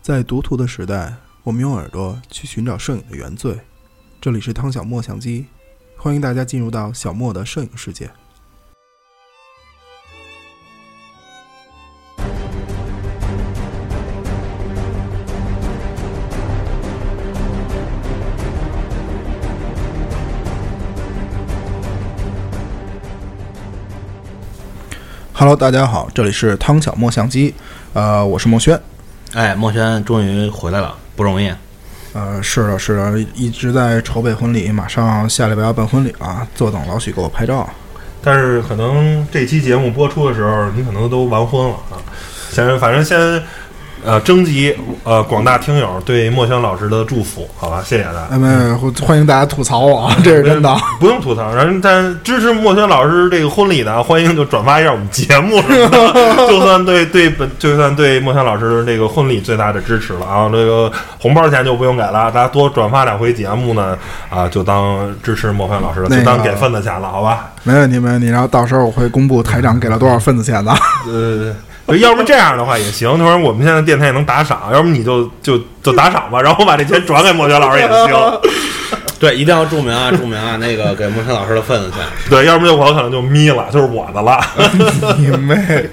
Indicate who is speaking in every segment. Speaker 1: 在读图的时代，我们用耳朵去寻找摄影的原罪。这里是汤小莫相机，欢迎大家进入到小莫的摄影世界。Hello，大家好，这里是汤小莫相机，呃，我是墨轩。
Speaker 2: 哎，墨轩终于回来了，不容易。
Speaker 1: 呃，是的，是的，一直在筹备婚礼，马上下礼拜要办婚礼了，坐等老许给我拍照。
Speaker 3: 但是可能这期节目播出的时候，你可能都完婚了啊。先反正先呃征集呃广大听友对莫轩老师的祝福，好吧，谢 谢大家。
Speaker 1: 哎，没有，欢迎大家吐槽我，啊，这是真的。
Speaker 3: 不用吐槽，然后但支持莫轩老师这个婚礼的，欢迎就转发一下我们节目什么的， 就算对对本，就算对莫轩老师这个婚礼最大的支持了啊。这个红包钱就不用给了，大家多转发两回节目呢，啊，就当支持莫轩老师了，
Speaker 1: 那
Speaker 3: 就
Speaker 1: 个
Speaker 3: 当给份子钱了，好吧？
Speaker 1: 没问题，没问题。然后到时候我会公布台长给了多少份子钱的。
Speaker 3: 呃，要不这样的话也行，就是我们现在电台也能打赏，要不你就就就打赏吧，然后我把这钱转给莫学老师也 行。
Speaker 2: 对，一定要注明啊，注明啊，那个给墨轩老师的份子钱。
Speaker 3: 对，要不就我可能就眯了，就是我的了。
Speaker 1: 你妹！
Speaker 3: 嗯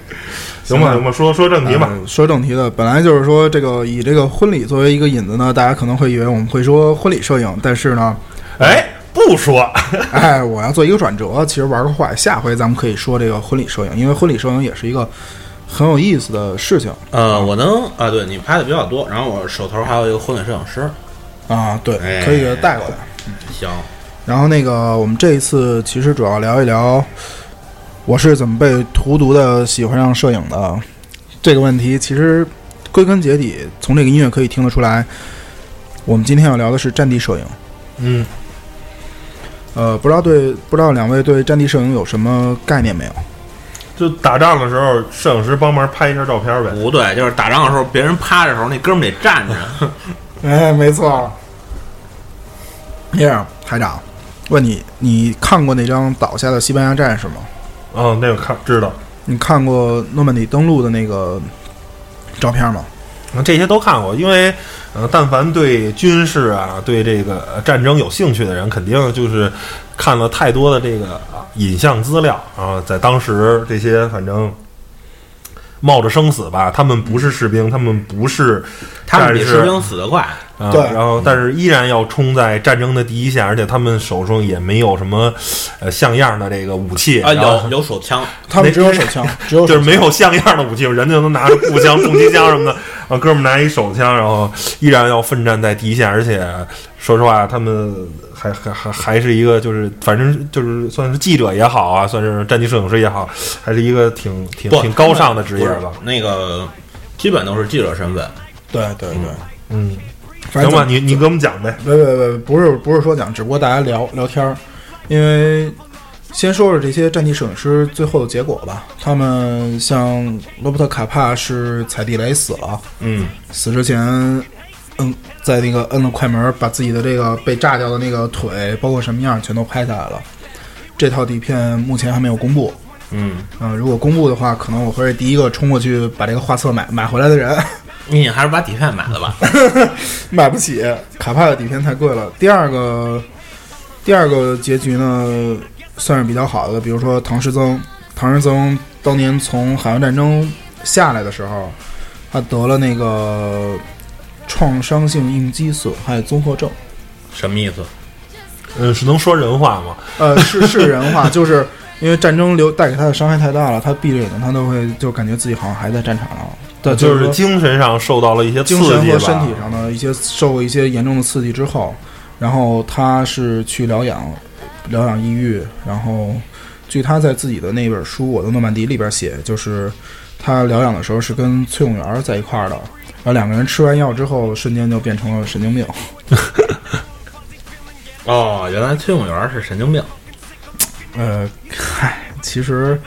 Speaker 3: 行吧，行嗯吧，说说正题吧。
Speaker 1: 呃说正题的，本来就是说这个以这个婚礼作为一个引子呢，大家可能会以为我们会说婚礼摄影，但是呢，
Speaker 3: 哎，不说，
Speaker 1: 哎，我要做一个转折，其实玩个坏，下回咱们可以说这个婚礼摄影，因为婚礼摄影也是一个很有意思的事情
Speaker 2: 呃，我能啊，对你拍的比较多，然后我手头还有一个婚礼摄影师。
Speaker 1: 啊。对，
Speaker 2: 哎
Speaker 1: 可以给它带过来。
Speaker 2: 行，
Speaker 1: 然后那个，我们这一次其实主要聊一聊，我是怎么被荼毒的喜欢上摄影的这个问题。其实归根结底，从这个音乐可以听得出来，我们今天要聊的是战地摄影。
Speaker 3: 嗯，
Speaker 1: 呃，不知道对不知道两位对战地摄影有什么概念没有？
Speaker 3: 就打仗的时候，摄影师帮忙拍一下照片呗。
Speaker 2: 不对，就是打仗的时候，别人趴着的时候，那哥们儿得站着。
Speaker 1: 哎，没错。这样，台长，问你，你看过那张倒下的西班牙战士吗？
Speaker 3: 嗯，那个看知道，
Speaker 1: 你看过诺曼底登陆的那个照片吗？
Speaker 3: 嗯这些都看过，因为。呃，但凡对军事啊，对这个呃战争有兴趣的人，肯定就是看了太多的这个啊影像资料啊，在当时这些反正冒着生死吧，他们不是士兵，他们不是
Speaker 2: 他们比
Speaker 3: 战士
Speaker 2: 士兵死得快。
Speaker 3: 啊，
Speaker 1: 对
Speaker 3: 然后但是依然要冲在战争的第一线，而且他们手中也没有什么呃像样的这个武器
Speaker 2: 啊，
Speaker 3: 然后
Speaker 2: 有有手枪，
Speaker 1: 他们只有手 枪，只有手
Speaker 3: 就是
Speaker 1: 枪
Speaker 3: 没有像样的武器，人家能拿着步枪、重机枪什么的，啊，哥们儿拿一手枪，然后依然要奋战在第一线，而且说实话，他们还还还还是一个就是反正就是算是记者也好啊，算是战地摄影师也好，还是一个挺挺
Speaker 2: 不
Speaker 3: 挺高尚的职业吧
Speaker 2: 不。是那个基本都是记者身份。
Speaker 1: 对对对，
Speaker 3: 嗯，
Speaker 1: 反
Speaker 3: 行
Speaker 1: 正
Speaker 3: 吧，你你给我们讲呗。
Speaker 1: 别别别，不是不是说讲，只不过大家聊聊天儿，因为先说说这些战地摄影师最后的结果吧。他们像罗伯特·卡帕是踩地雷死了，
Speaker 3: 嗯，
Speaker 1: 死之前，嗯，在那个摁了快门，把自己的这个被炸掉的那个腿，包括什么样，全都拍下来了。这套底片目前还没有公布，
Speaker 2: 嗯，
Speaker 1: 嗯、如果公布的话，可能我会是第一个冲过去把这个画册买买回来的人。
Speaker 2: 你还是把底片买了吧。
Speaker 1: 买不起，卡帕的底片太贵了。第二个，第二个结局呢，算是比较好的，比如说唐诗曾，唐诗曾当年从海湾战争下来的时候，他得了那个创伤性应激损害综合症，
Speaker 2: 什么意思？
Speaker 3: 嗯，是能说人话吗？
Speaker 1: 呃，是是人话，就是因为战争留带给他的伤害太大了，他闭着眼睛他都会就感觉自己好像还在战场上，对，
Speaker 3: 就是是
Speaker 1: 说
Speaker 3: 精神上受到了一些刺
Speaker 1: 精
Speaker 3: 激
Speaker 1: 神
Speaker 3: 吧
Speaker 1: 和身体上的一些受过一些严重的刺激之后，然后他是去疗养，疗养抑郁，然后据他在自己的那本书《我的诺曼底》里边写，就是他疗养的时候是跟崔永元在一块儿的，然后两个人吃完药之后，瞬间就变成了神经病。
Speaker 2: 哦，原来崔永元是神经病。
Speaker 1: 呃， 嗨，其实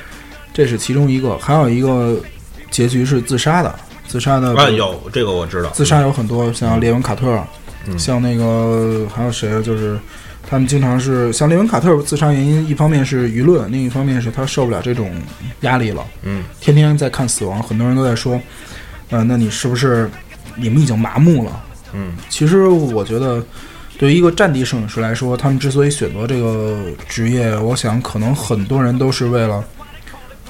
Speaker 1: 这是其中一个，还有一个结局是自杀的，自杀的
Speaker 2: 啊，有这个我知道。
Speaker 1: 嗯自杀有很多，像列文卡特，
Speaker 2: 嗯
Speaker 1: 像那个还有谁啊？就是他们经常是像列文卡特自杀原因，一方面是舆论，另一方面是他受不了这种压力了，
Speaker 2: 嗯，
Speaker 1: 天天在看死亡，很多人都在说，呃，那你是不是你们已经麻木了。
Speaker 2: 嗯，
Speaker 1: 其实我觉得，对于一个战地摄影师来说，他们之所以选择这个职业，我想可能很多人都是为了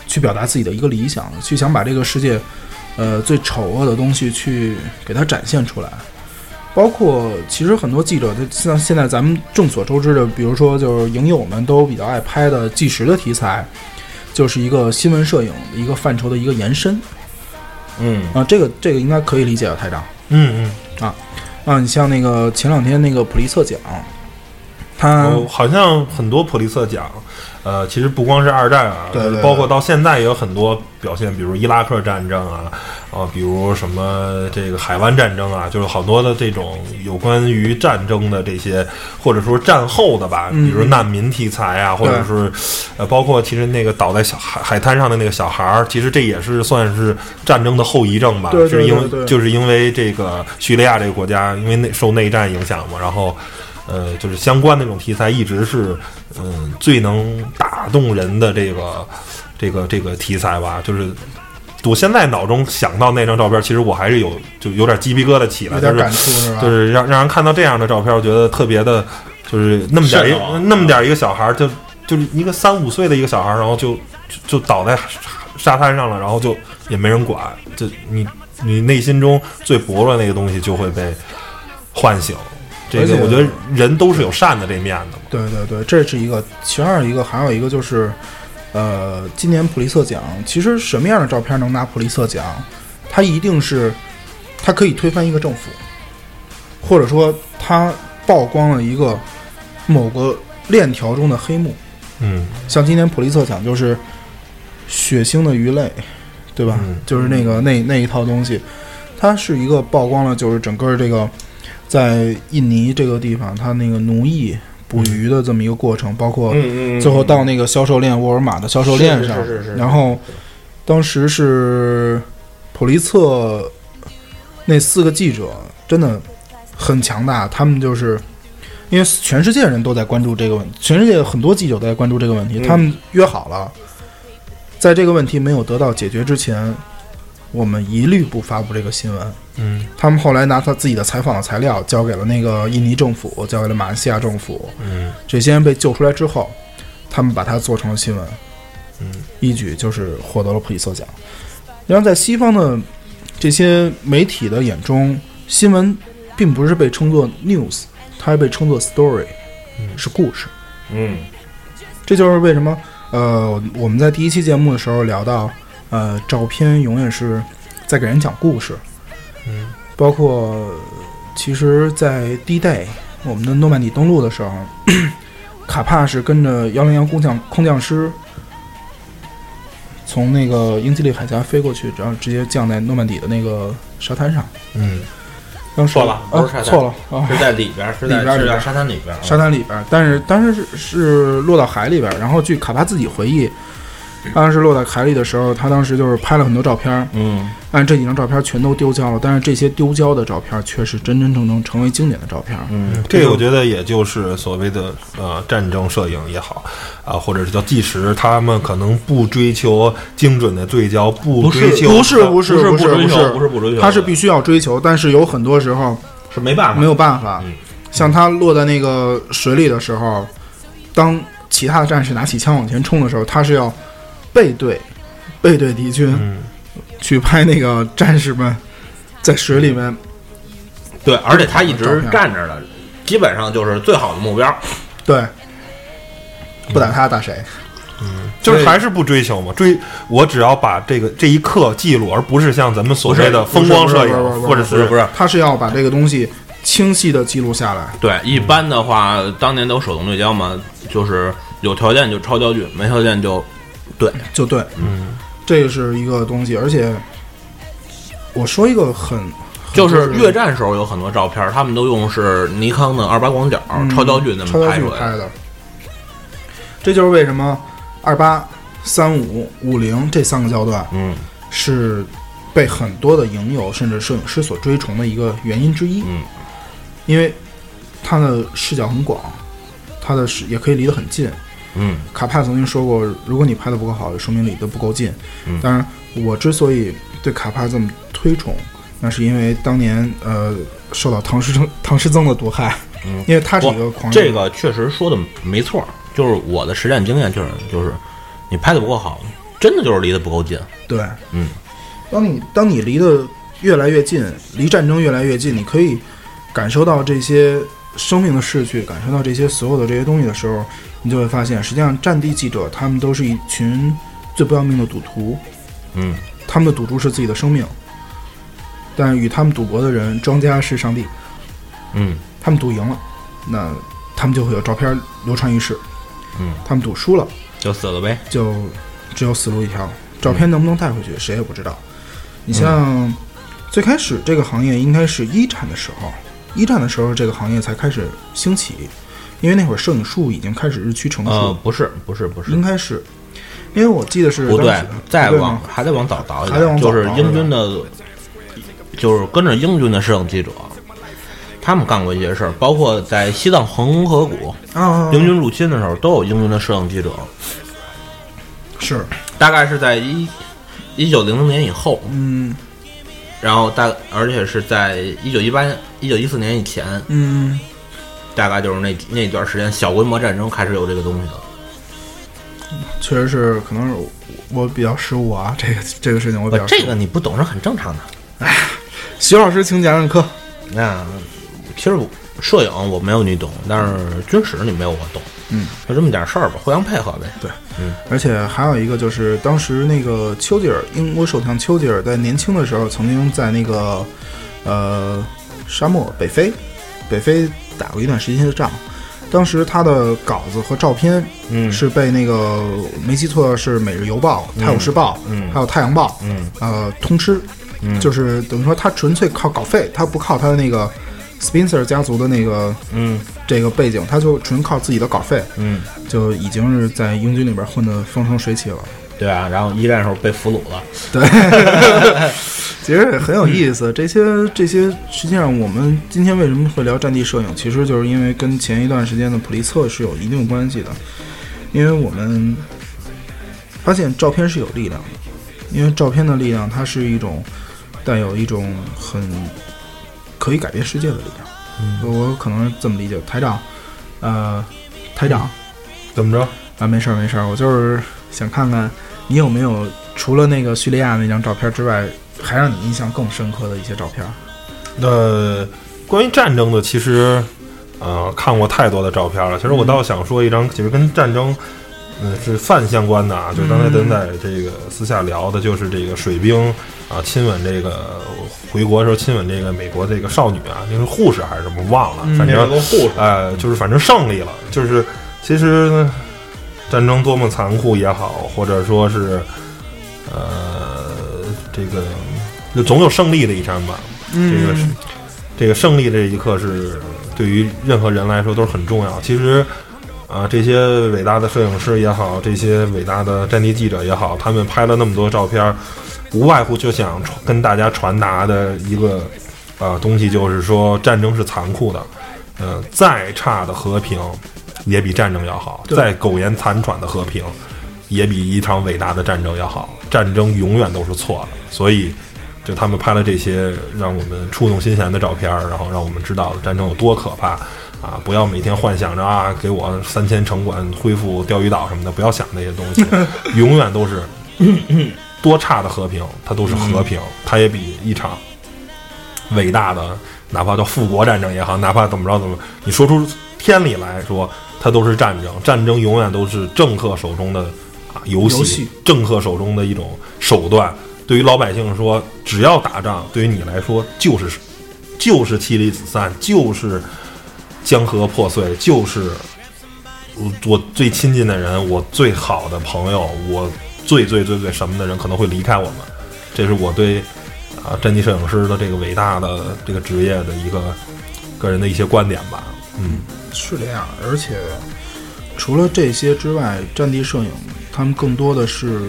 Speaker 1: 去表达自己的一个理想，去想把这个世界，呃，最丑恶的东西去给它展现出来。包括其实很多记者，他像现在咱们众所周知的，比如说就是影友们都比较爱拍的纪实的题材，就是一个新闻摄影的一个范畴的一个延伸
Speaker 2: 嗯，
Speaker 1: 啊，这个这个应该可以理解吧，台长？
Speaker 3: 嗯
Speaker 1: 啊，你像那个前两天那个普利策奖，他、
Speaker 3: 嗯，好像很多普利策奖，呃，其实不光是二战啊，
Speaker 1: 对对对
Speaker 3: 包括到现在也有很多表现，比如伊拉克战争啊，啊，比如什么这个海湾战争啊，就是好多的这种有关于战争的这些，或者说战后的吧，
Speaker 1: 嗯
Speaker 3: 比如难民题材啊，或者是呃，包括其实那个倒在小海海滩上的那个小孩儿，其实这也是算是战争的后遗症吧，
Speaker 1: 对对
Speaker 3: 是因
Speaker 1: 对对
Speaker 3: 为就是因为这个叙利亚这个国家，因为内受内战影响嘛，然后。呃，就是相关的这种题材，一直是嗯、最能打动人的这个这个这个题材吧。就是我现在脑中想到那张照片，其实我还是有就有点鸡皮疙瘩起来，
Speaker 1: 有
Speaker 3: 就
Speaker 1: 点
Speaker 3: 是
Speaker 1: 感触是吧？
Speaker 3: 就是让让人看到这样的照片，我觉得特别的，就是那么点儿
Speaker 2: 瘆得
Speaker 1: 啊
Speaker 2: 慌
Speaker 3: 一那么点儿一个小孩儿，就就是一个三五岁的一个小孩儿，然后就就就倒在沙滩上了，然后就也没人管，就你你内心中最薄弱的那个东西就会被唤醒。这
Speaker 1: 而
Speaker 3: 个
Speaker 1: 且
Speaker 3: 我觉得人都是有善的这面的嘛。
Speaker 1: 对对对，这是一个。其二一个还有一个就是，呃，今年普利策奖，其实什么样的照片能拿普利策奖？它一定是，它可以推翻一个政府，或者说它曝光了一个某个链条中的黑幕。
Speaker 3: 嗯
Speaker 1: 像今年普利策奖就是血腥的鱼类，对吧？
Speaker 3: 嗯
Speaker 1: 就是那个那那一套东西，它是一个曝光了就是整个这个在印尼这个地方，它那个奴役捕
Speaker 3: 嗯
Speaker 1: 鱼的这么一个过程，包括
Speaker 2: 嗯嗯，
Speaker 1: 最后到那个销售链沃尔玛的销售链上，
Speaker 2: 是是是是是
Speaker 1: 然后当时是普利策那四个记者真的很强大，他们就是因为全世界人都在关注这个问题，全世界很多记者都在关注这个问题，
Speaker 2: 嗯
Speaker 1: 他们约好了，在这个问题没有得到解决之前，我们一律不发布这个新闻。
Speaker 3: 嗯
Speaker 1: 他们后来拿他自己的采访的材料交给了那个印尼政府，交给了马来西亚政府，
Speaker 3: 嗯
Speaker 1: 这些人被救出来之后，他们把它做成了新闻，
Speaker 3: 嗯，
Speaker 1: 一举就是获得了普利策奖。然后在西方的这些媒体的眼中，新闻并不是被称作 news，它还被称作 story，
Speaker 3: 嗯
Speaker 1: 是故事。
Speaker 2: 嗯
Speaker 1: 这就是为什么，呃，我们在第一期节目的时候聊到，呃，照片永远是在给人讲故事，
Speaker 3: 嗯
Speaker 1: 包括呃其实，在 D Day 我们的诺曼底登陆的时候，卡帕是跟着幺零幺空降空降师从那个英吉利海峡飞过去，然后直接降在诺曼底的那个沙滩上。
Speaker 3: 嗯
Speaker 1: 当时
Speaker 2: 错了不是沙
Speaker 1: 啊、
Speaker 2: 滩
Speaker 1: 错了啊，
Speaker 2: 是在里边儿，是
Speaker 1: 里
Speaker 2: 在
Speaker 1: 边儿
Speaker 2: 是
Speaker 1: 里边儿
Speaker 2: 在沙滩里边儿啊，
Speaker 1: 沙滩里边儿，但是当时是是落到海里边儿。然后据卡帕自己回忆，当时落到海里的时候，他当时就是拍了很多照片儿，
Speaker 2: 嗯
Speaker 1: 但是这几张照片全都丢交了。但是这些丢交的照片却是真真正正成为经典的照片。
Speaker 2: 嗯，
Speaker 3: 这个我觉得也就是所谓的呃战争摄影也好啊、或者是叫纪实，他们可能不追求精准的对焦，不
Speaker 2: 不是
Speaker 3: 追求呃
Speaker 1: 不是不是
Speaker 2: 不
Speaker 1: 不
Speaker 2: 不
Speaker 1: 是
Speaker 2: 追
Speaker 1: 不是
Speaker 2: 求，不是不追求，
Speaker 1: 他是必须要追求，但是有很多时候
Speaker 2: 是没办法，
Speaker 1: 没有办法
Speaker 2: 嗯。
Speaker 1: 像他落在那个水里的时候，当其他的战士拿起枪往前冲的时候，他是要背对背对敌军
Speaker 3: 嗯
Speaker 1: 去拍那个战士们在水里面。
Speaker 2: 对，而且他一
Speaker 1: 照
Speaker 2: 直
Speaker 1: 片
Speaker 2: 站着的，基本上就是最好的目标，
Speaker 1: 对，
Speaker 2: 嗯
Speaker 1: 不打他打谁？
Speaker 3: 就是还是不追求嘛，追我只要把这个这一刻记录，而不是像咱们所谓的
Speaker 1: 不是
Speaker 3: 风光
Speaker 1: 不是
Speaker 3: 摄
Speaker 1: 不是不是
Speaker 3: 影，
Speaker 1: 不是
Speaker 3: 或者
Speaker 2: 不是不是？
Speaker 1: 他是要把这个东西清晰的记录下来。
Speaker 2: 对，一般的话，当年都手动对焦嘛，就是有条件就超焦距，没条件就对，
Speaker 1: 就对，
Speaker 3: 嗯，
Speaker 1: 这是一个东西，而且我说一个很。很
Speaker 2: 就是越战时候有很多照片，他们都用是尼康的二八广角
Speaker 1: 嗯
Speaker 2: 超焦距那
Speaker 1: 超
Speaker 2: 么
Speaker 1: 焦
Speaker 2: 拍
Speaker 1: 距
Speaker 2: 出来的。
Speaker 1: 拍的。这就是为什么二八、三五、五零这三个焦段
Speaker 2: 嗯
Speaker 1: 是被很多的影友甚至摄影师所追崇的一个原因之一，
Speaker 2: 嗯
Speaker 1: 因为它的视角很广，它的视也可以离得很近。
Speaker 2: 嗯
Speaker 1: 卡帕曾经说过，如果你拍的不够好，说明离得不够近
Speaker 2: 嗯。
Speaker 1: 当然，我之所以对卡帕这么推崇，那是因为当年呃受到唐诗曾唐诗曾的毒害，因为他是一个狂人
Speaker 2: 嗯这个确实说的没错，就是我的实战经验确实就是，你拍的不够好，真的就是离得不够近。
Speaker 1: 对，
Speaker 2: 嗯，
Speaker 1: 当你当你离得越来越近，离战争越来越近，你可以感受到这些生命的逝去，感受到这些所有的这些东西的时候，你就会发现，实际上战地记者他们都是一群最不要命的赌徒，
Speaker 2: 嗯，
Speaker 1: 他们的赌注是自己的生命，但与他们赌博的人，庄家是上帝，
Speaker 2: 嗯，
Speaker 1: 他们赌赢了，那他们就会有照片流传于世，
Speaker 2: 嗯，
Speaker 1: 他们赌输了。
Speaker 2: 就死了呗。
Speaker 1: 就只有死路一条。照
Speaker 2: 嗯
Speaker 1: 片能不能带回去，谁也不知道。你像最开始这个行业应该是一战的时候，一战的时候这个行业才开始兴起，因为那会儿摄影术已经开始日趋成熟，
Speaker 2: 呃，不是，不是，不是
Speaker 1: 应，该是，因为我记得是
Speaker 2: 不对
Speaker 1: 当时，
Speaker 2: 再
Speaker 1: 不对
Speaker 2: 往
Speaker 1: 吗
Speaker 2: 还得往早倒一
Speaker 1: 还得往
Speaker 2: 点，
Speaker 1: 早
Speaker 2: 就是
Speaker 1: 倒
Speaker 2: 英军的，就是跟着英军的摄影记者，他们干过一些事儿，包括在西藏恒河谷
Speaker 1: 啊啊，啊
Speaker 2: 英军入侵的时候，都有英军的摄影记者，
Speaker 1: 是
Speaker 2: 大概是在一一九零零年以后，
Speaker 1: 嗯
Speaker 2: 然后大而且是在一九一八一九一四年以前，
Speaker 1: 嗯，
Speaker 2: 大概就是那那段时间小规模战争开始有这个东西了。
Speaker 1: 确实是，可能是我我比较失误啊，这个这个事情我比较
Speaker 2: 不，
Speaker 1: 失误
Speaker 2: 呃这个你不懂是很正常的。
Speaker 1: 徐老师请讲讲课，
Speaker 2: 那其实我摄影我没有你懂，但是军史你没有我懂。
Speaker 1: 嗯，
Speaker 2: 就这么点事儿吧，互相配合呗。
Speaker 1: 对，而且还有一个就是，当时那个丘吉尔，英国首相丘吉尔在年轻的时候，曾经在那个呃沙漠北非，北非打过一段时间的仗。当时他的稿子和照片，
Speaker 2: 嗯
Speaker 1: 是被那个没记错是《每日邮报》《泰晤士报》
Speaker 2: 嗯
Speaker 1: 还有《太阳报》
Speaker 2: 嗯
Speaker 1: 呃通吃，
Speaker 2: 嗯
Speaker 1: 就是等于说他纯粹靠稿费，他不靠他的那个 Spencer 家族的那个
Speaker 2: 嗯
Speaker 1: 这个背景，他就纯靠自己的稿费，
Speaker 2: 嗯，
Speaker 1: 就已经是在英军里边混得风生水起了。
Speaker 2: 对啊。然后一战时候被俘虏了。
Speaker 1: 其实也很有意思，这些这些，实际上我们今天为什么会聊战地摄影，其实就是因为跟前一段时间的普利策是有一定关系的，因为我们发现照片是有力量的，因为照片的力量，它是一种带有一种很可以改变世界的力量。我可能是这么理解，台长，呃，台长，
Speaker 3: 怎么着？
Speaker 1: 啊，没事儿没事儿，我就是想看看你有没有除了那个叙利亚那张照片之外，还让你印象更深刻的一些照片。
Speaker 3: 那呃关于战争的，其实呃看过太多的照片了。其实
Speaker 1: 嗯
Speaker 3: 我倒想说一张，其实跟战争嗯、呃是泛相关的
Speaker 1: 嗯
Speaker 3: 啊，就是刚才咱在这个私下聊的，就是这个水兵啊亲吻这个回国的时候亲吻这个美国这个少女啊，那是护士还是什么忘
Speaker 1: 嗯
Speaker 3: 了，反正
Speaker 2: 个护士，
Speaker 3: 呃就是反正胜利了，就是其实呢战争多么残酷也好，或者说是呃这个就总有胜利的一天吧。
Speaker 1: 嗯
Speaker 3: 这个是这个胜利这一刻是对于任何人来说都是很重要。其实啊，这些伟大的摄影师也好，这些伟大的战地记者也好，他们拍了那么多照片儿，无外乎就想传跟大家传达的一个啊东西，就是说战争是残酷的，呃，再差的和平也比战争要好，
Speaker 1: 对
Speaker 3: 再苟延残喘的和平也比一场伟大的战争要好。战争永远都是错的，所以。就他们拍了这些让我们触动心弦的照片儿，然后让我们知道战争有多可怕啊！不要每天幻想着啊，给我三千城管恢复钓鱼岛什么的，不要想那些东西，永远都是多差的和平，它都是和平，
Speaker 1: 嗯
Speaker 3: 它也比一场伟大的，哪怕叫复国战争也好，哪怕怎么着怎么，你说出天理来说，它都是战争，战争永远都是政客手中的啊游戏，
Speaker 1: 游戏
Speaker 3: 政客手中的一种手段。对于老百姓说，只要打仗，对于你来说就是就是妻离子散，就是江河破碎，就是我我最亲近的人，我最好的朋友，我最最最最什么的人可能会离开我们，这是我对啊战地摄影师的这个伟大的这个职业的一个个人的一些观点吧。嗯，
Speaker 1: 是这样，而且除了这些之外，战地摄影他们更多的是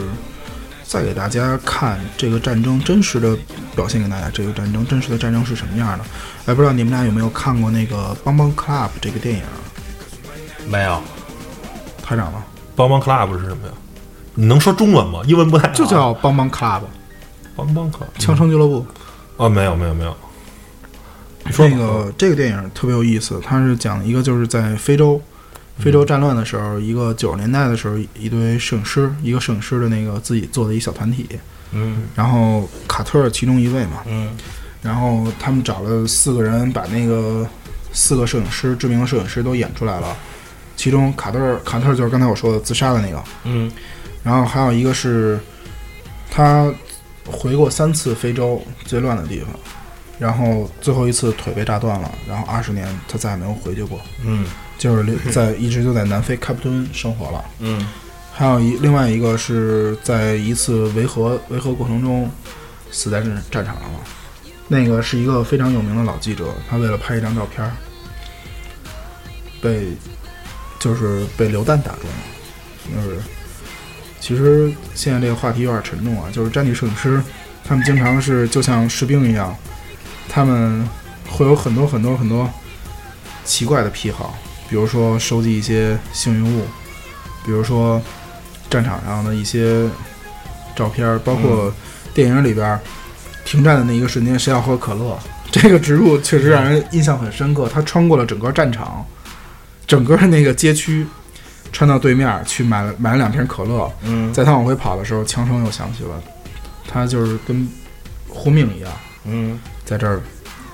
Speaker 1: 在给大家看这个战争真实的表现给大家，这个战争真实的战争是什么样的。哎，不知道你们俩有没有看过那个《邦邦 Club》这个电影？
Speaker 2: 没有，
Speaker 1: 台长吗？
Speaker 3: 帮帮 club 是什么呀？你能说中文吗？英文不太好
Speaker 1: 就叫《邦邦 Club》
Speaker 3: 帮帮 club，
Speaker 1: 枪声俱乐部。
Speaker 3: 啊，没有没有没有，说
Speaker 1: 这
Speaker 3: 吧
Speaker 1: 个这个电影特别有意思，它是讲一个就是在非洲，
Speaker 3: 嗯
Speaker 1: 非洲战乱的时候，一个九十年代的时候，一堆摄影师，一个摄影师的那个自己做的一小团体，
Speaker 2: 嗯
Speaker 1: 然后卡特其中一位嘛，
Speaker 2: 嗯
Speaker 1: 然后他们找了四个人，把那个四个摄影师，知名的摄影师都演出来了，其中卡特卡特就是刚才我说的自杀的那个，
Speaker 2: 嗯
Speaker 1: 然后还有一个是他回过三次非洲最乱的地方，然后最后一次腿被炸断了，然后二十年他再也没有回去过，
Speaker 2: 嗯
Speaker 1: 就是留在一直就在南非开普敦生活了。
Speaker 2: 嗯
Speaker 1: 还有一另外一个是在一次维和维和过程中死在战战场上了，那个是一个非常有名的老记者，他为了拍一张照片儿，被就是被流弹打中了，就是其实现在这个话题有点沉重啊，就是战地摄影师他们经常是就像士兵一样，他们会有很多很多很多奇怪的癖好，比如说收集一些幸运物。比如说战场上的一些照片儿，包括电影里边儿停战的那一个瞬间，谁要喝可乐？这个植入确实让人印象很深刻，它穿过了整个战场，整个那个街区，穿到对面儿去买了买了两瓶可乐，
Speaker 2: 嗯
Speaker 1: 在他往回跑的时候，枪声又响起了，他就是跟呼命一样，
Speaker 2: 嗯
Speaker 1: 在这儿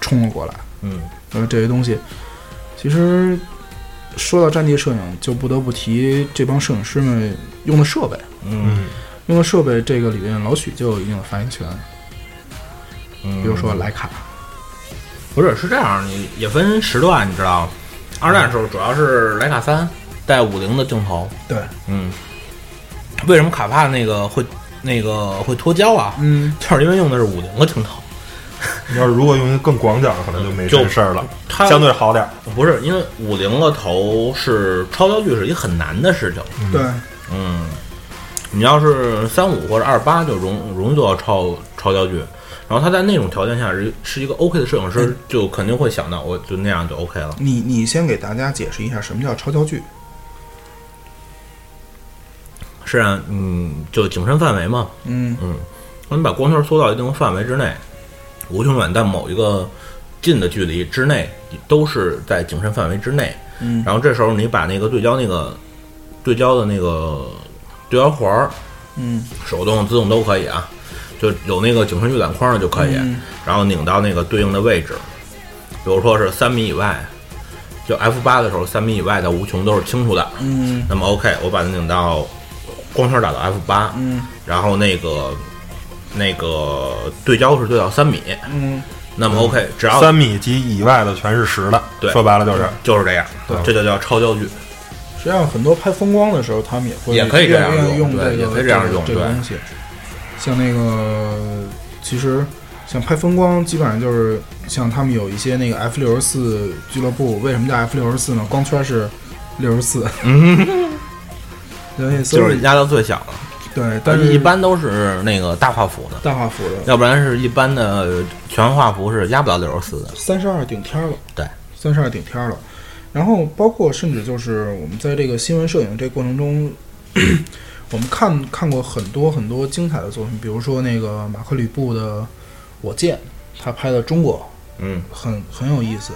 Speaker 1: 冲了过来。
Speaker 2: 嗯
Speaker 1: 呃，这些东西，其实说到战地摄影，就不得不提这帮摄影师们用的设备。
Speaker 2: 嗯
Speaker 3: 嗯
Speaker 1: 用的设备这个里面，老许就有一定的发言权，
Speaker 2: 嗯，
Speaker 1: 比如说徕卡，
Speaker 2: 不是，是这样，你也分时段，你知道吗？二战的时候主要是徕卡三带五零的镜头，
Speaker 1: 对，
Speaker 2: 嗯，为什么卡帕那个会那个会脱胶啊？
Speaker 1: 嗯，
Speaker 2: 就是因为用的是五零的镜头，
Speaker 3: 要是如果用一个更广角的，可能就没这事儿了，
Speaker 2: 它
Speaker 3: 相对好点儿。
Speaker 2: 不是因为五零的头是超焦距是一个很难的事情，
Speaker 1: 对，
Speaker 2: 嗯，你要是三五或者二八就容容易做到超超焦距，然后他在那种条件下是是一个 OK 的摄影师，就肯定会想到我就那样就 OK 了。
Speaker 1: 你你先给大家解释一下什么叫超焦距，
Speaker 2: 是啊，嗯，就景深范围嘛，
Speaker 1: 嗯
Speaker 2: 你把光圈缩到一定的范围之内，无穷远但某一个近的距离之内，都是在景深范围之内。
Speaker 1: 嗯
Speaker 2: 然后这时候你把那个对焦那个对焦的那个对焦环儿，
Speaker 1: 嗯，
Speaker 2: 手动、自动都可以啊，就有那个景深预览框的就可以，
Speaker 1: 嗯
Speaker 2: 然后拧到那个对应的位置，比如说是三米以外，就 F 八的时候三米以外的无穷都是清楚的。
Speaker 1: 嗯
Speaker 2: 那么 OK，我把它拧到光圈打到 F 八，
Speaker 1: 嗯
Speaker 2: 然后那个那个对焦是对到三米，
Speaker 1: 嗯，
Speaker 2: 那么 OK，、只要
Speaker 3: 三米及以外的全是实的，
Speaker 2: 对
Speaker 3: 说白了就是，
Speaker 2: 就是这样，
Speaker 1: 对
Speaker 2: 这就叫超焦距。
Speaker 1: 实际上很多拍风光的时候，他们也会
Speaker 2: 也可以这样
Speaker 1: 愿意
Speaker 2: 用
Speaker 1: 用这
Speaker 2: 对
Speaker 1: 个
Speaker 2: 也可以这样
Speaker 1: 个
Speaker 2: 用
Speaker 1: 这个
Speaker 2: 对
Speaker 1: 东西，像那个其实。像拍风光，基本上就是像他们有一些那个 F 六十四俱乐部，为什么叫 F 六十四呢？光圈是六十四，对，所
Speaker 2: 嗯就
Speaker 1: 以
Speaker 2: 是压到最小了，
Speaker 1: 对，但是
Speaker 2: 一般都是那个大画幅的，
Speaker 1: 大画幅的，
Speaker 2: 要不然是一般的全画幅是压不到六十四的。
Speaker 1: 三十二顶天了，
Speaker 2: 对，
Speaker 1: 三十二顶天了。然后包括甚至就是我们在这个新闻摄影这过程中， 我们看看过很多很多精彩的作品，比如说那个马克吕布的《我见》，他拍的中国
Speaker 2: 嗯
Speaker 1: 很很有意思。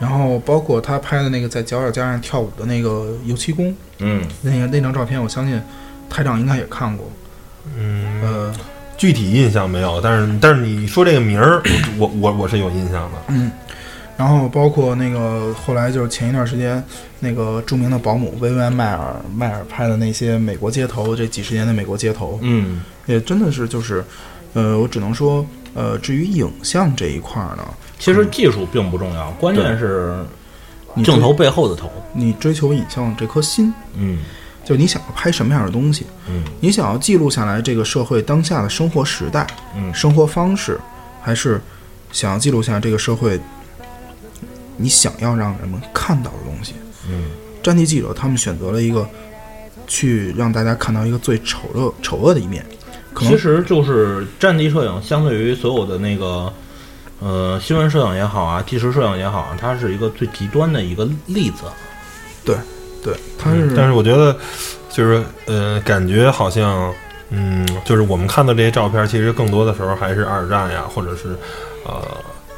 Speaker 1: 然后包括他拍的那个在脚手架上跳舞的那个油漆工，
Speaker 2: 嗯，
Speaker 1: 那个那张照片，我相信台长应该也看过。
Speaker 3: 嗯，
Speaker 1: 呃，
Speaker 3: 具体印象没有，但是但是你说这个名儿，我我我是有印象的。
Speaker 1: 嗯，然后包括那个后来就是前一段时间那个著名的保姆薇薇安·迈尔迈尔拍的那些美国街头，这几十年的美国街头，
Speaker 2: 嗯，
Speaker 1: 也真的是就是，呃，我只能说，呃，至于影像这一块儿呢，
Speaker 2: 其实技术并不重要，关键是
Speaker 1: 你追
Speaker 2: 嗯镜头背后的头。
Speaker 1: 你追求影像这颗心，
Speaker 2: 嗯
Speaker 1: 就你想要拍什么样的东西，
Speaker 2: 嗯
Speaker 1: 你想要记录下来这个社会当下的生活时代、
Speaker 2: 嗯
Speaker 1: 生活方式，还是想要记录下这个社会你想要让人们看到的东西？
Speaker 2: 嗯，
Speaker 1: 战地记者他们选择了一个去让大家看到一个最丑恶丑恶的一面，可能
Speaker 2: 其实就是战地摄影，相对于所有的那个呃新闻摄影也好啊，纪实摄影也好啊，它是一个最极端的一个例子。
Speaker 1: 对，
Speaker 2: 嗯
Speaker 1: 他是、
Speaker 3: 但是我觉得，就是呃，感觉好像，嗯，就是我们看到这些照片，其实更多的时候还是二战呀，或者是呃，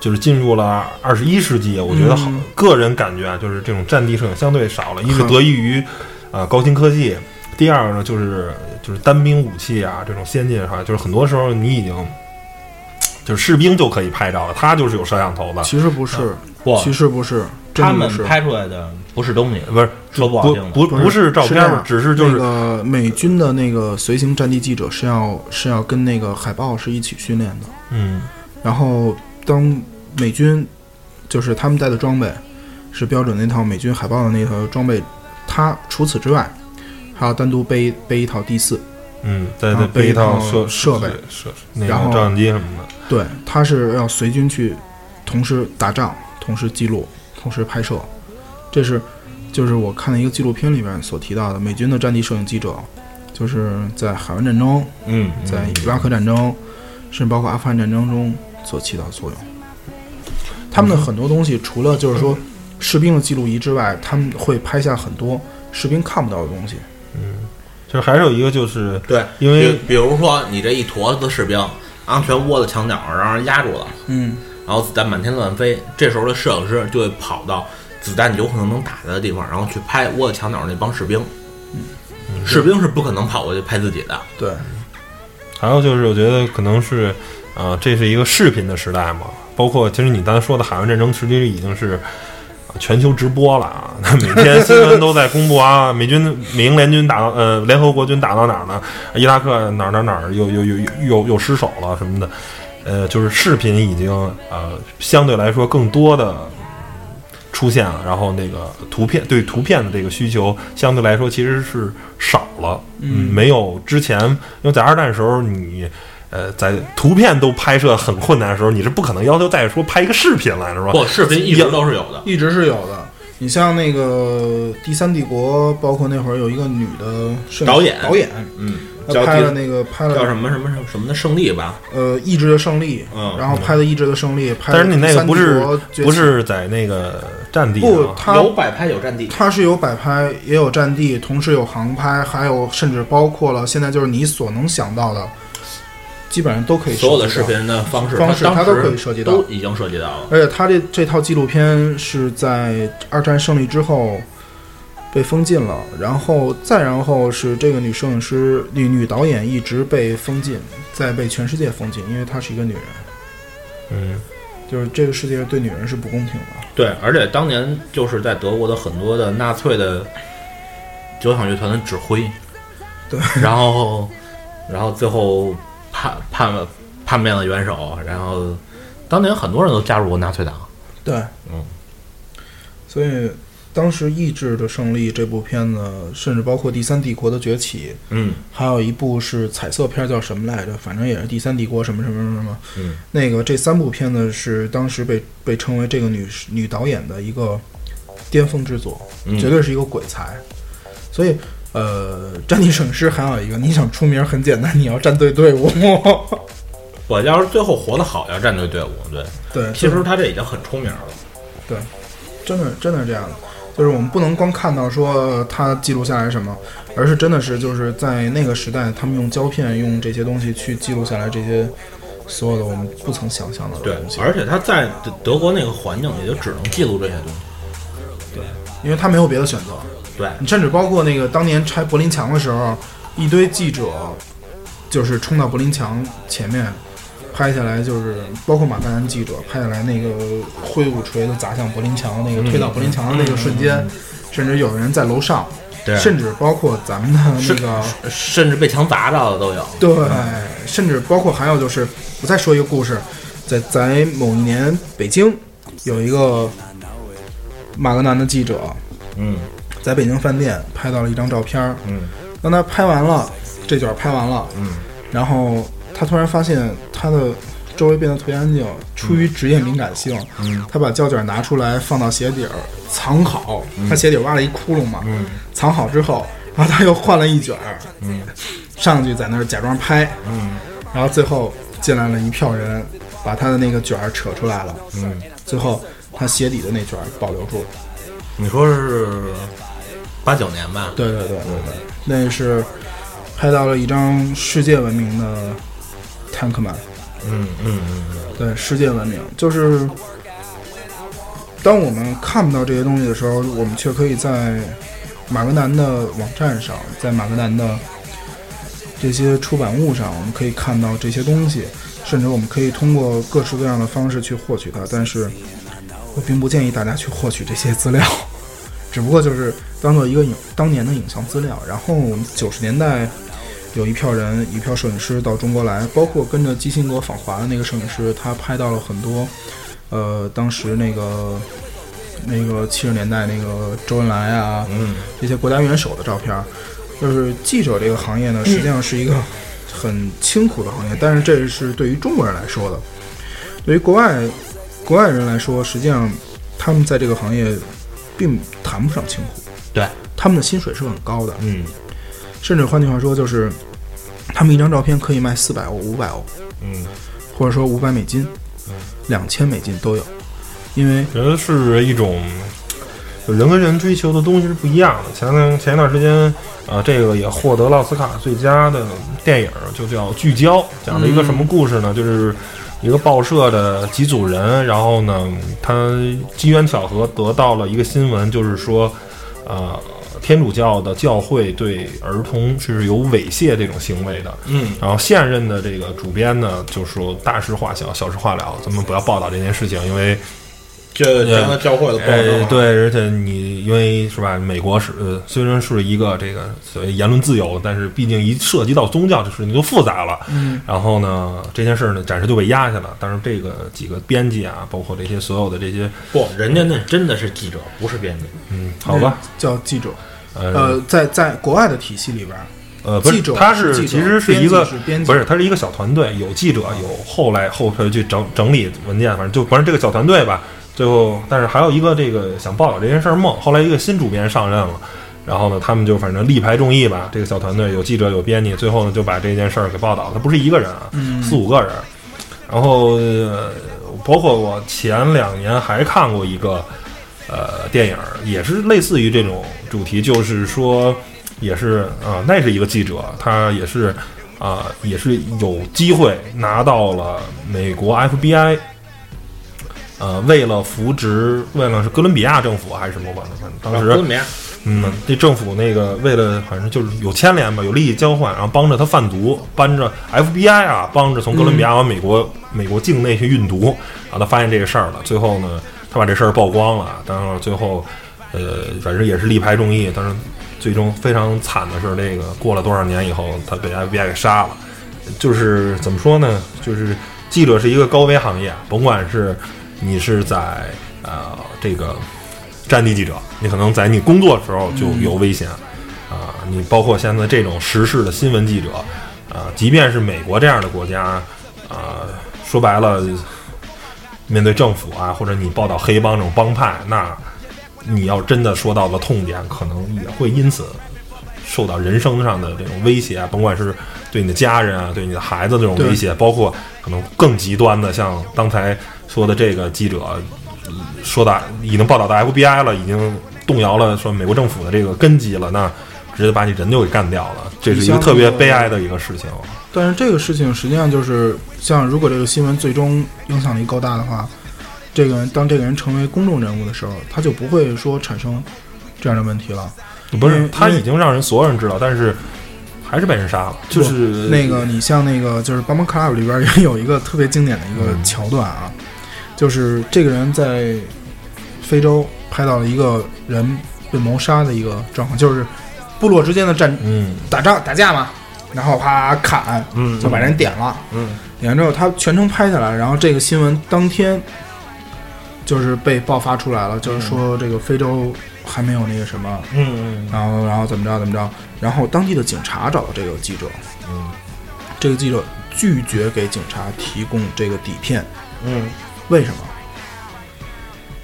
Speaker 3: 就是进入了二十一世纪，我觉得好，
Speaker 1: 嗯
Speaker 3: 个人感觉啊，就是这种战地摄影相对少了，一是
Speaker 1: 哼
Speaker 3: 得益于啊高新科技，第二呢就是就是单兵武器啊这种先进哈、就是很多时候你已经就是士兵就可以拍照了，他就是有摄像头的，
Speaker 1: 其实不是，
Speaker 2: 不，
Speaker 1: 其实不是，真
Speaker 2: 他
Speaker 1: 的
Speaker 2: 们
Speaker 1: 不是。
Speaker 2: 拍出来的不是东西，
Speaker 3: 不是
Speaker 2: 说不好
Speaker 3: 不
Speaker 2: 听的
Speaker 3: 不
Speaker 1: 不是
Speaker 3: 不是照
Speaker 1: 是
Speaker 3: 片
Speaker 1: 这
Speaker 3: 儿
Speaker 1: 样，
Speaker 3: 只是就是
Speaker 1: 那个美军的那个随行战地记者是要是要跟那个海豹是一起训练的。
Speaker 3: 嗯
Speaker 1: 然后当美军就是他们带的装备是标准那套美军海豹的那套装备，它除此之外还要单独背背一套 D 四，
Speaker 3: 嗯，再
Speaker 1: 然
Speaker 3: 再
Speaker 1: 后
Speaker 3: 备
Speaker 1: 备啊
Speaker 3: 一
Speaker 1: 一
Speaker 3: 套
Speaker 1: 套
Speaker 3: 设
Speaker 1: 设备
Speaker 3: 设那个
Speaker 1: 然后
Speaker 3: 照相机什么的。
Speaker 1: 对，它是要随军去同时打仗、同时记录、同时拍摄，这是就是我看了一个纪录片里面所提到的美军的战地摄影记者，就是在海湾战争、
Speaker 2: 嗯，
Speaker 1: 在伊拉克战争，甚至包括阿富汗战争中所起到的作用。他们的很多东西，除了就是说士兵的记录仪之外，他们会拍下很多士兵看不到的东西。
Speaker 3: 其实还是有一个就是
Speaker 2: 对，
Speaker 3: 因为
Speaker 2: 比比如说你这一坨子士兵，然后全窝在墙角上让人压住了，
Speaker 1: 嗯，
Speaker 2: 然后子弹满天乱飞，这时候的摄影师就会跑到子弹有可能能打他的地方，然后去拍窝在墙角那帮士兵。
Speaker 1: 嗯
Speaker 2: 士兵是不可能跑过去拍自己的，
Speaker 1: 对，
Speaker 3: 还有就是，我觉得可能是，呃，这是一个视频的时代嘛。包括其实你刚才说的海湾战争，实际已经是呃全球直播了啊。那每天新闻都在公布啊， 美军、美英联军打到呃，联合国军打到哪儿呢？伊拉克哪儿哪儿哪儿又又又又又失守了什么的。呃，就是视频已经呃相对来说更多的出现了，然后那个图片对图片的这个需求相对来说其实是少了，嗯，没有之前，因为在二战的时候你。呃，在图片都拍摄很困难的时候，你是不可能要求再说拍一个视频来，是吧？
Speaker 2: 不，视频一直都是有的。
Speaker 1: 一直是有的。你像那个《第三帝国》，包括那会儿有一个女的摄影
Speaker 2: 导演
Speaker 1: 导演，
Speaker 2: 嗯，
Speaker 1: 她
Speaker 2: 叫
Speaker 1: 拍了
Speaker 2: 第
Speaker 1: 那个拍
Speaker 2: 叫
Speaker 1: 了
Speaker 2: 什么什么什么什么的胜利吧？
Speaker 1: 呃《意志的胜利》，
Speaker 2: 嗯
Speaker 1: 然后拍的《意志的胜利》，拍
Speaker 3: 但
Speaker 1: 了
Speaker 3: 是你那个不
Speaker 1: 第三
Speaker 3: 是
Speaker 1: 帝国崛起
Speaker 3: 不，是在那个战地啊
Speaker 1: 不
Speaker 3: 上，
Speaker 1: 它
Speaker 2: 有摆拍有占地，
Speaker 1: 它是有摆拍，也有战地，同时有航拍，还有甚至包括了现在就是你所能想到的，基本上都可以
Speaker 2: 所有的
Speaker 1: 涉及
Speaker 2: 视
Speaker 1: 到。
Speaker 2: 频的方式，
Speaker 1: 方式
Speaker 2: 它
Speaker 1: 它
Speaker 2: 当
Speaker 1: 都
Speaker 2: 时
Speaker 1: 可以涉及到
Speaker 2: 都已经涉及到了。
Speaker 1: 而且它这这套纪录片是在二战胜利之后被封禁了，然后再然后是这个女摄影师、女女导演一直被封禁，再被全世界封禁，因为她是一个女人，
Speaker 3: 嗯，
Speaker 1: 就是这个世界对女人是不公平的。
Speaker 2: 对，而且当年就是在德国的很多的纳粹的交响乐团的指 挥，
Speaker 1: 对，
Speaker 2: 然后然后最后叛叛叛变了元首，然后当年很多人都加入过纳粹党，
Speaker 1: 对，
Speaker 2: 嗯，
Speaker 1: 所以当时《意志的胜利》这部片子，甚至包括《第三帝国的崛起》，
Speaker 2: 嗯，
Speaker 1: 还有一部是彩色片儿叫什么来着？反正也是第三帝国什么什么什么什么。
Speaker 2: 嗯，
Speaker 1: 那个这三部片子是当时被被称为这个女女导演的一个巅峰之作，
Speaker 2: 嗯
Speaker 1: 绝对是一个鬼才。所以，呃，战地省师还有一个，你想出名很简单，你要站对队 伍。
Speaker 2: 我要是最后活得好，要站队队伍，对，
Speaker 1: 对，
Speaker 2: 其实他这已经很出名了，
Speaker 1: 真的真的是这样的，就是我们不能光看到说他记录下来什么，而是真的是就是在那个时代，他们用胶片用这些东西去记录下来这些所有的我们不曾想象到
Speaker 2: 对
Speaker 1: 的东西，，
Speaker 2: 而且他在德德国那个环境也就只能记录这些东西，
Speaker 1: 因为他没有别的选择。
Speaker 2: 对，
Speaker 1: 你甚至包括那个当年拆柏林墙的时候，一堆记者就是冲到柏林墙前面拍下来，就是包括马丹安记者拍下来那个挥舞锤子砸向柏林墙，那个推倒柏林墙的那个瞬间，甚至有人在楼上，
Speaker 2: 对
Speaker 1: 甚至包括咱们的那个。
Speaker 2: 甚至被墙砸着的都有，
Speaker 1: 对，甚至包括还有就是，我再说一个故事，在在某一年北京有一个马格南的记者，
Speaker 2: 嗯
Speaker 1: 在北京饭店拍到了一张照片儿，
Speaker 2: 嗯
Speaker 1: 当他拍完了这卷儿拍完了，
Speaker 2: 嗯，
Speaker 1: 然后他突然发现他的周围变得特别安静，出于职业敏感性，
Speaker 2: 嗯
Speaker 1: 他把胶卷拿出来放到鞋底儿藏好，他鞋底儿挖了一窟窿嘛，
Speaker 2: 嗯
Speaker 1: 藏好之后，然后他又换了一卷儿，
Speaker 2: 嗯
Speaker 1: 上去在那儿假装拍，
Speaker 2: 嗯
Speaker 1: 然后最后进来了一票人，把他的那个卷儿扯出来了，
Speaker 2: 嗯，
Speaker 1: 最后他鞋底的那卷儿保留住了。
Speaker 2: 你说是八九年吧？
Speaker 1: 对对对对对，那是拍到了一张世界闻名的 Tankman，
Speaker 3: 嗯嗯
Speaker 1: 对世界文明，就是当我们看不到这些东西的时候，我们却可以在马格南的网站上，在马格南的这些出版物上，我们可以看到这些东西，甚至我们可以通过各式各样的方式去获取它。但是，我并不建议大家去获取这些资料，只不过就是当做一个影当年的影像资料。然后九十年代有一票人，一票摄影师到中国来，包括跟着基辛格访华的那个摄影师，他拍到了很多，呃，当时那个那个七十年代那个周恩来啊，
Speaker 2: 嗯，
Speaker 1: 这些国家元首的照片儿。就是记者这个行业呢，实际上是一个很辛苦的行业，但是这是对于中国人来说的，对于国外国外人来说，实际上他们在这个行业并谈不上辛苦，
Speaker 2: 对，
Speaker 1: 他们的薪水是很高的，
Speaker 2: 嗯
Speaker 1: 甚至换句话说就是，他们一张照片可以卖四百欧、五百欧，
Speaker 2: 嗯，
Speaker 1: 或者说五百美金、两千美金都有，因为
Speaker 3: 觉得是一种就人跟人追求的东西是不一样的。前段前一段时间，呃，这个也获得了奥斯卡最佳的电影，就叫《聚焦》，讲了一
Speaker 1: 嗯
Speaker 3: 个什么故事呢？就是一个报社的几组人，然后呢，他机缘巧合得到了一个新闻，就是说，呃。天主教的教会对儿童是有猥亵这种行为的，
Speaker 2: 嗯，
Speaker 3: 然后现任的这个主编呢，就说大事化小，小事化了，咱们不要报道这件事情，因为
Speaker 2: 这将来教会的广
Speaker 3: 呃
Speaker 2: 告，，
Speaker 3: 对，而且你因为是吧，美国是呃，虽然是一个这个所谓言论自由，但是毕竟一涉及到宗教，这事情就复杂了。
Speaker 1: 嗯，
Speaker 3: 然后呢，这件事儿呢，暂时就被压下了。但是这个几个编辑啊，包括这些所有的这些，
Speaker 2: 不，人家那真的是记者，不是编辑，
Speaker 3: 嗯，好吧，
Speaker 1: 叫记者，
Speaker 3: 呃
Speaker 1: 呃，在在国外的体系里边儿，
Speaker 3: 呃，不是，
Speaker 1: 记者
Speaker 3: 他
Speaker 1: 是
Speaker 3: 是
Speaker 1: 记者
Speaker 3: 其实是一个
Speaker 1: 编辑是编辑啊
Speaker 3: 不是，他是一个小团队，有记者，有后来后头去整整理文件，反正就反正这个小团队吧。最后，但是还有一个这个想报道这件事儿梦，后来一个新主编上任了，然后呢，他们就反正力排众议吧，这个小团队有记者有编辑，最后呢就把这件事儿给报道了。他不是一个人啊，
Speaker 1: 嗯
Speaker 3: 四五个人。然后、呃包括我前两年还看过一个呃电影儿，也是类似于这种主题，就是说也是啊、那是一个记者，他也是啊、也是有机会拿到了美国 FBI。呃，为了扶植，为了是哥伦比亚政府还是什么吧，反正当时
Speaker 2: 啊哥伦比亚
Speaker 3: 嗯，这政府那个为了反正就是有牵连吧，有利益交换，然后帮着他贩毒，帮着 FBI 啊，帮着从哥伦比亚往美国、美国境内去运毒，然后他发现这个事儿了，最后呢，他把这事儿曝光了，当然了最后，呃，反正也是力排众议，但是最终非常惨的是，这个过了多少年以后，他被 FBI 给杀了，就是怎么说呢，就是记者是一个高危行业，甭管是你是在呃这个战地记者，你可能在你工作的时候就有危险啊、你包括现在这种时事的新闻记者，啊、即便是美国这样的国家，啊、说白了，面对政府啊，或者你报道黑帮这种帮派，那你要真的说到了痛点，可能也会因此受到人生上的这种威胁啊，甭管是对你的家人啊，对你的孩子这种威胁，包括可能更极端的，像刚才说的这个记者嗯说的，已经报道到 FBI 了，已经动摇了说美国政府的这个根基了，那直接把你人就给干掉了，这是一个特别悲哀的一个事情。
Speaker 1: 但是这个事情实际上就是，像如果这个新闻最终影响力够大的话，这个人当这个人成为公众人物的时候，他就不会说产生这样的问题了。
Speaker 3: 不
Speaker 1: 因
Speaker 3: 是
Speaker 1: 为，
Speaker 3: 他
Speaker 1: 因为
Speaker 3: 已经让人所有人知道，但是还是被人杀了，就是
Speaker 1: 那个，你像那个就是《帮帮 Club》里边也有一个特别经典的一个桥段啊，就是这个人在非洲拍到了一个人被谋杀的一个状况，就是部落之间的战
Speaker 3: 嗯
Speaker 1: 打仗打架嘛，然后啪砍
Speaker 2: 嗯
Speaker 1: 就把人点了。
Speaker 2: 嗯
Speaker 1: 点完之后，他全程拍下来，然后这个新闻当天就是被爆发出来了，就是说这个非洲还没有那个什么，
Speaker 2: 嗯
Speaker 1: 然后然后怎么着怎么着，然后当地的警察找到这个记者，
Speaker 3: 嗯，
Speaker 1: 这个记者拒绝给警察提供这个底片，
Speaker 2: 嗯
Speaker 1: 为什么？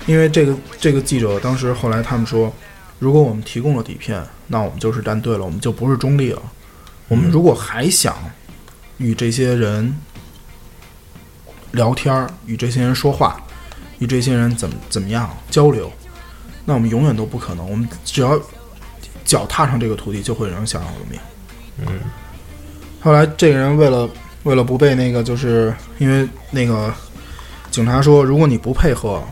Speaker 1: 因为这个这个记者当时后来他们说，如果我们提供了底片，那我们就是站队了，我们就不是中立了。
Speaker 2: 嗯
Speaker 1: 我们如果还想与这些人聊天儿，与这些人说话，与这些人怎么怎么样交流，那我们永远都不可能。我们只要脚踏上这个土地，就会有人想要我的命。嗯。后来这个人为了为了不被那个，就是因为那个警察说，如果你不配合，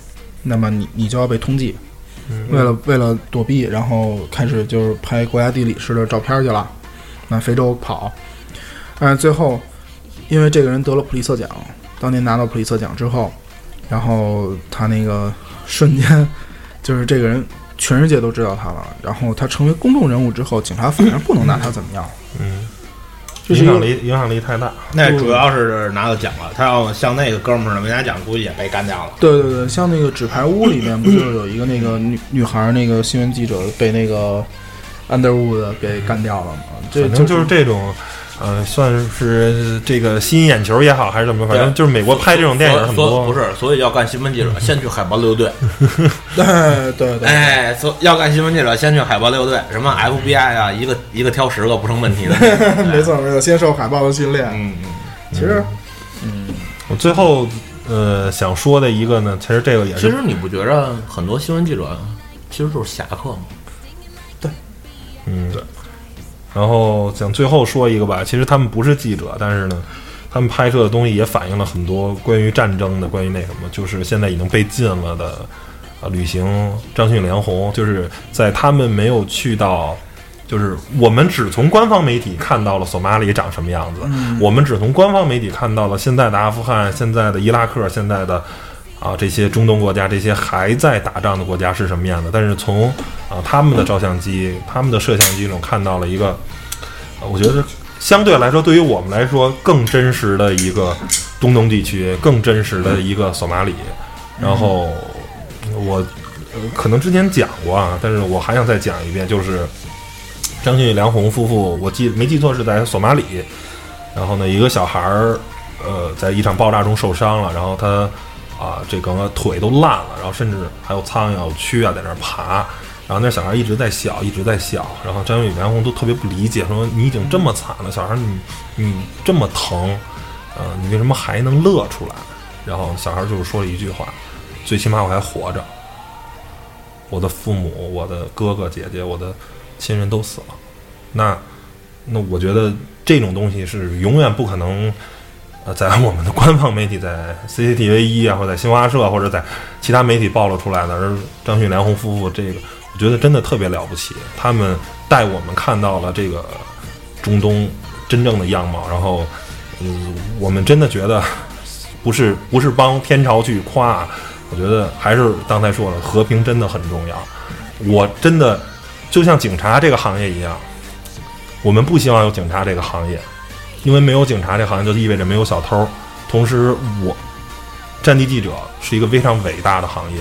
Speaker 1: 那么你你就要被通缉。
Speaker 3: 嗯
Speaker 1: 为了为了躲避，然后开始就是拍国家地理式的照片去了，那非洲跑。但是最后，因为这个人得了普利策奖，当年拿到普利策奖之后，然后他那个瞬间， 就是这个人全世界都知道他了。然后他成为公众人物之后，警察反而不能拿他怎么样。
Speaker 3: 嗯，
Speaker 1: 这是一
Speaker 3: 影响
Speaker 1: 个
Speaker 3: 力影响力太大，
Speaker 2: 那主要是拿到奖了，他要像那个哥们儿没拿奖，估计也被干掉了。
Speaker 1: 对对对，像那个《纸牌屋》里面不就是有一个那个女女孩儿，那个新闻记者被那个 Underwood 给干掉了嘛？这
Speaker 3: 反正就是是这种。呃，算是这个吸引眼球也好，还是怎么着，反正就是美国拍这种电影很
Speaker 2: 所
Speaker 3: 多。
Speaker 2: 不是，所以要干新闻记者，先去海豹六 队。
Speaker 1: 对对对，
Speaker 2: 哎，所要干新闻记者，先去海豹六队。什么 FBI 啊，一个一个挑十个不成问题的。
Speaker 1: 没错没错，先受海豹的训练。
Speaker 2: 嗯，嗯
Speaker 1: 其实
Speaker 3: 我最后呃想说的一个呢，其实这个也
Speaker 2: 其
Speaker 3: 是
Speaker 2: 实你不觉着很多新闻记者其实就是侠客吗？
Speaker 3: 嗯，对。然后想最后说一个吧，其实他们不是记者，但是呢，他们拍摄的东西也反映了很多关于战争的，关于那什么，就是现在已经被禁了的啊，旅行张训梁红，就是在他们没有去到。就是我们只从官方媒体看到了索马里长什么样子，我们只从官方媒体看到了现在的阿富汗、现在的伊拉克、现在的啊这些中东国家、这些还在打仗的国家是什么样的。但是从啊他们的照相机、他们的摄像机中看到了一个，啊我觉得相对来说对于我们来说更真实的一个中东地区，更真实的一个索马里。然后我呃可能之前讲过啊，但是我还想再讲一遍，就是张俊梁红夫妇，我记没记错是在索马里，然后呢，一个小孩儿，呃，在一场爆炸中受伤了，然后他啊、这个腿都烂了，然后甚至还有苍蝇、有蛆啊在那儿爬，然后那小孩一直在笑，一直在笑，然后张俊梁红都特别不理解，说你已经这么惨了，小孩儿你你这么疼，呃，你为什么还能乐出来？然后小孩儿就是说了一句话，最起码我还活着，我的父母、我的哥哥姐姐、我的亲人都死了，那那我觉得这种东西是永远不可能，呃，在我们的官方媒体，在 CCTV 一啊，或者在新华社，或者在其他媒体暴露出来的。而张旭、梁红夫妇这个，我觉得真的特别了不起，他们带我们看到了这个中东真正的样貌，然后，嗯，我们真的觉得不是不是帮天朝去夸啊，我觉得还是刚才说了，和平真的很重要。我真的就像警察这个行业一样，我们不希望有警察这个行业，因为没有警察这行业就意味着没有小偷。同时，我战地记者是一个非常伟大的行业，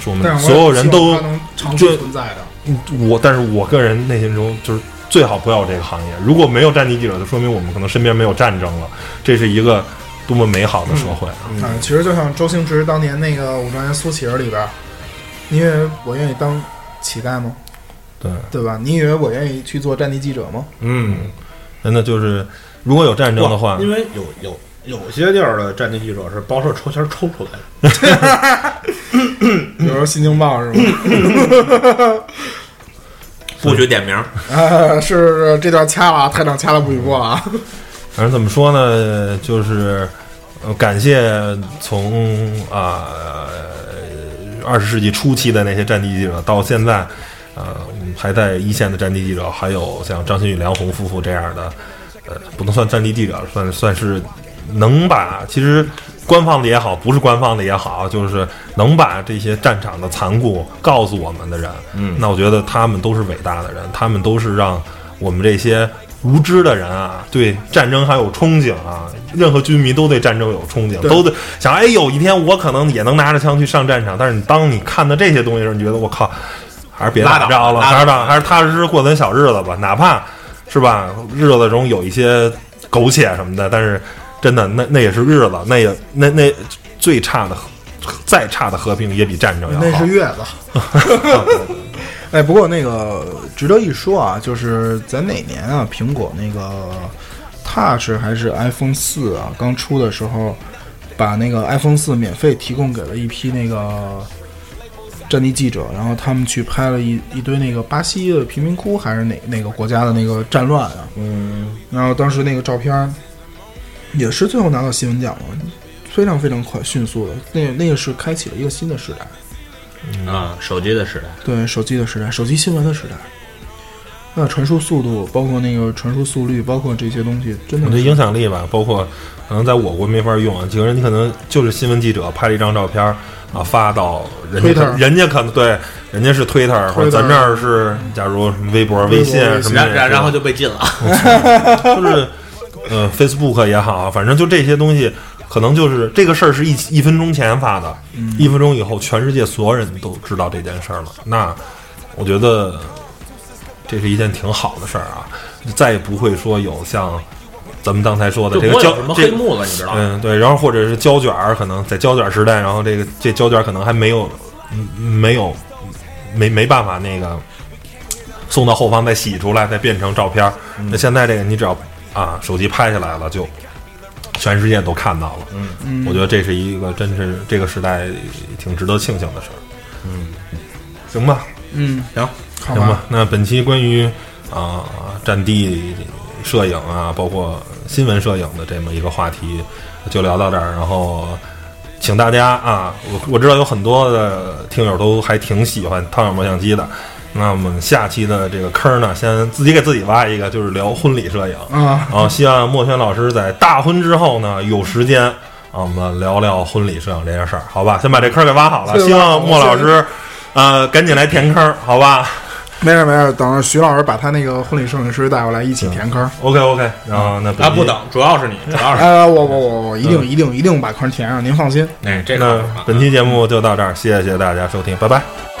Speaker 3: 是我
Speaker 1: 但
Speaker 3: 们
Speaker 1: 是
Speaker 3: 嗯所有人都
Speaker 1: 它能长期存在的。
Speaker 3: 嗯我，但是我个人内心中就是最好不要有这个行业。如果没有战地记者，就说明我们可能身边没有战争了。这是一个多么美好的社会啊！
Speaker 1: 嗯，其实就像周星驰当年那个《武状元苏乞儿》里边儿，你以为我愿意当乞丐吗？
Speaker 3: 对，
Speaker 1: 对吧？你以为我愿意去做战地记者吗？
Speaker 2: 嗯，
Speaker 3: 真的就是，如果有战争的话，
Speaker 2: 因为有有有些地儿的战地记者是报社抽签抽出来的。
Speaker 1: 比如说《新京报》是吗？
Speaker 2: 不许点名。
Speaker 1: 啊，是是这段掐了啊，太长掐了不许播了啊。
Speaker 3: 反正怎么说呢，就是呃，感谢从啊二十世纪初期的那些战地记者，到现在呃还在一线的战地记者，还有像张馨予、梁红夫妇这样的，呃，不能算战地记者，算算是能把其实官方的也好，不是官方的也好，啊就是能把这些战场的残酷告诉我们的人，嗯，那我觉得他们都是伟大的人，他们都是让我们这些无知的人啊，对战争还有憧憬啊，任何军迷都对战争有憧憬，
Speaker 1: 对
Speaker 3: 都对想，哎，有一天我可能也能拿着枪去上战场，但是你当你看到这些东西的时候，你觉得我靠，还是别
Speaker 2: 拉
Speaker 3: 打
Speaker 2: 倒
Speaker 3: 仗
Speaker 2: 拉
Speaker 3: 了，
Speaker 2: 倒
Speaker 3: 还是吧，还是踏踏实实过咱小日子吧，哪怕是吧，日子中有一些苟且什么的，但是真的那那也是日子，那也那那最差的和再差的和平也比战争要好。
Speaker 1: 那是月子。 哎，不过那个值得一说啊，就是在哪年啊，苹果那个 Touch 还是 iPhone 四啊，刚出的时候，把那个 iPhone 四免费提供给了一批那个战地记者，然后他们去拍了一一堆那个巴西的贫民窟还是哪哪个国家的那个战乱啊，
Speaker 2: 嗯，
Speaker 1: 然后当时那个照片儿也是最后拿到新闻奖了，非常非常快，迅速的，那那个是开启了一个新的时代，
Speaker 2: 啊，手机的时代，
Speaker 1: 对手机的时代，手机新闻的时代。那传输速度，包括那个传输速率，包括这些东西，真的
Speaker 3: 我觉得
Speaker 1: 是
Speaker 3: 影响力吧，包括可能在我国没法用啊。几个人，你可能就是新闻记者拍了一张照片儿啊，发到人家可
Speaker 1: Twitter
Speaker 3: 人家可能对，人家是 Twitter，或者咱这儿是假如什么微博、微信啊
Speaker 1: 微
Speaker 3: 什
Speaker 1: 信
Speaker 3: 么的，
Speaker 2: 然然然后就被禁了。
Speaker 3: 就是呃 Facebook 也好，反正就这些东西，可能就是这个事儿是一一分钟前发的，
Speaker 2: 嗯
Speaker 3: 一分钟以后全世界所有人都知道这件事儿了。那我觉得这是一件挺好的事儿啊，再也不会说有像咱们刚才说的
Speaker 2: 就
Speaker 3: 这
Speaker 2: 不
Speaker 3: 个
Speaker 2: 会
Speaker 3: 交
Speaker 2: 有什么
Speaker 3: 这
Speaker 2: 黑幕了，你知道吗？
Speaker 3: 嗯，对，然后或者是胶卷儿，可能在胶卷儿时代，然后这个这胶卷儿可能还没有，嗯没有，没没办法那个送到后方再洗出来，再变成照片儿。那、现在这个你只要啊手机拍下来了，就全世界都看到了。嗯嗯，我觉得这是一个真是这个时代挺值得庆幸的事儿。嗯，行吧，
Speaker 1: 嗯，
Speaker 2: 行，
Speaker 1: 好
Speaker 3: 行吧
Speaker 1: 吧，，
Speaker 3: 那本期关于啊、战地摄影啊，包括新闻摄影的这么一个话题，就聊到这儿。然后，请大家啊，我我知道有很多的听友都还挺喜欢汤小磨相机的。那我们下期的这个坑呢，先自己给自己挖一个，就是聊婚礼摄影。
Speaker 1: 啊，
Speaker 3: 然后希望墨轩老师在大婚之后呢，有时间啊，我们聊聊婚礼摄影这件事儿，好吧？先把这坑给挖好了。
Speaker 1: 是吧
Speaker 3: 希望莫老
Speaker 1: 是
Speaker 3: 师，呃，赶紧来填坑，好吧？
Speaker 1: 没事没事，等着徐老师把他那个婚礼摄影师带过来一起填坑。
Speaker 3: OK OK，然后那本
Speaker 2: 啊，
Speaker 3: 期
Speaker 2: 不，等，主要是你，主要是
Speaker 1: 哎，我我我我一
Speaker 3: 嗯
Speaker 1: 定一定一定把坑填上，您放心。
Speaker 2: 你，哎，这个好
Speaker 3: 那
Speaker 2: 啊
Speaker 3: 本期节目就到这儿，谢谢大家收听，拜拜。
Speaker 2: 拜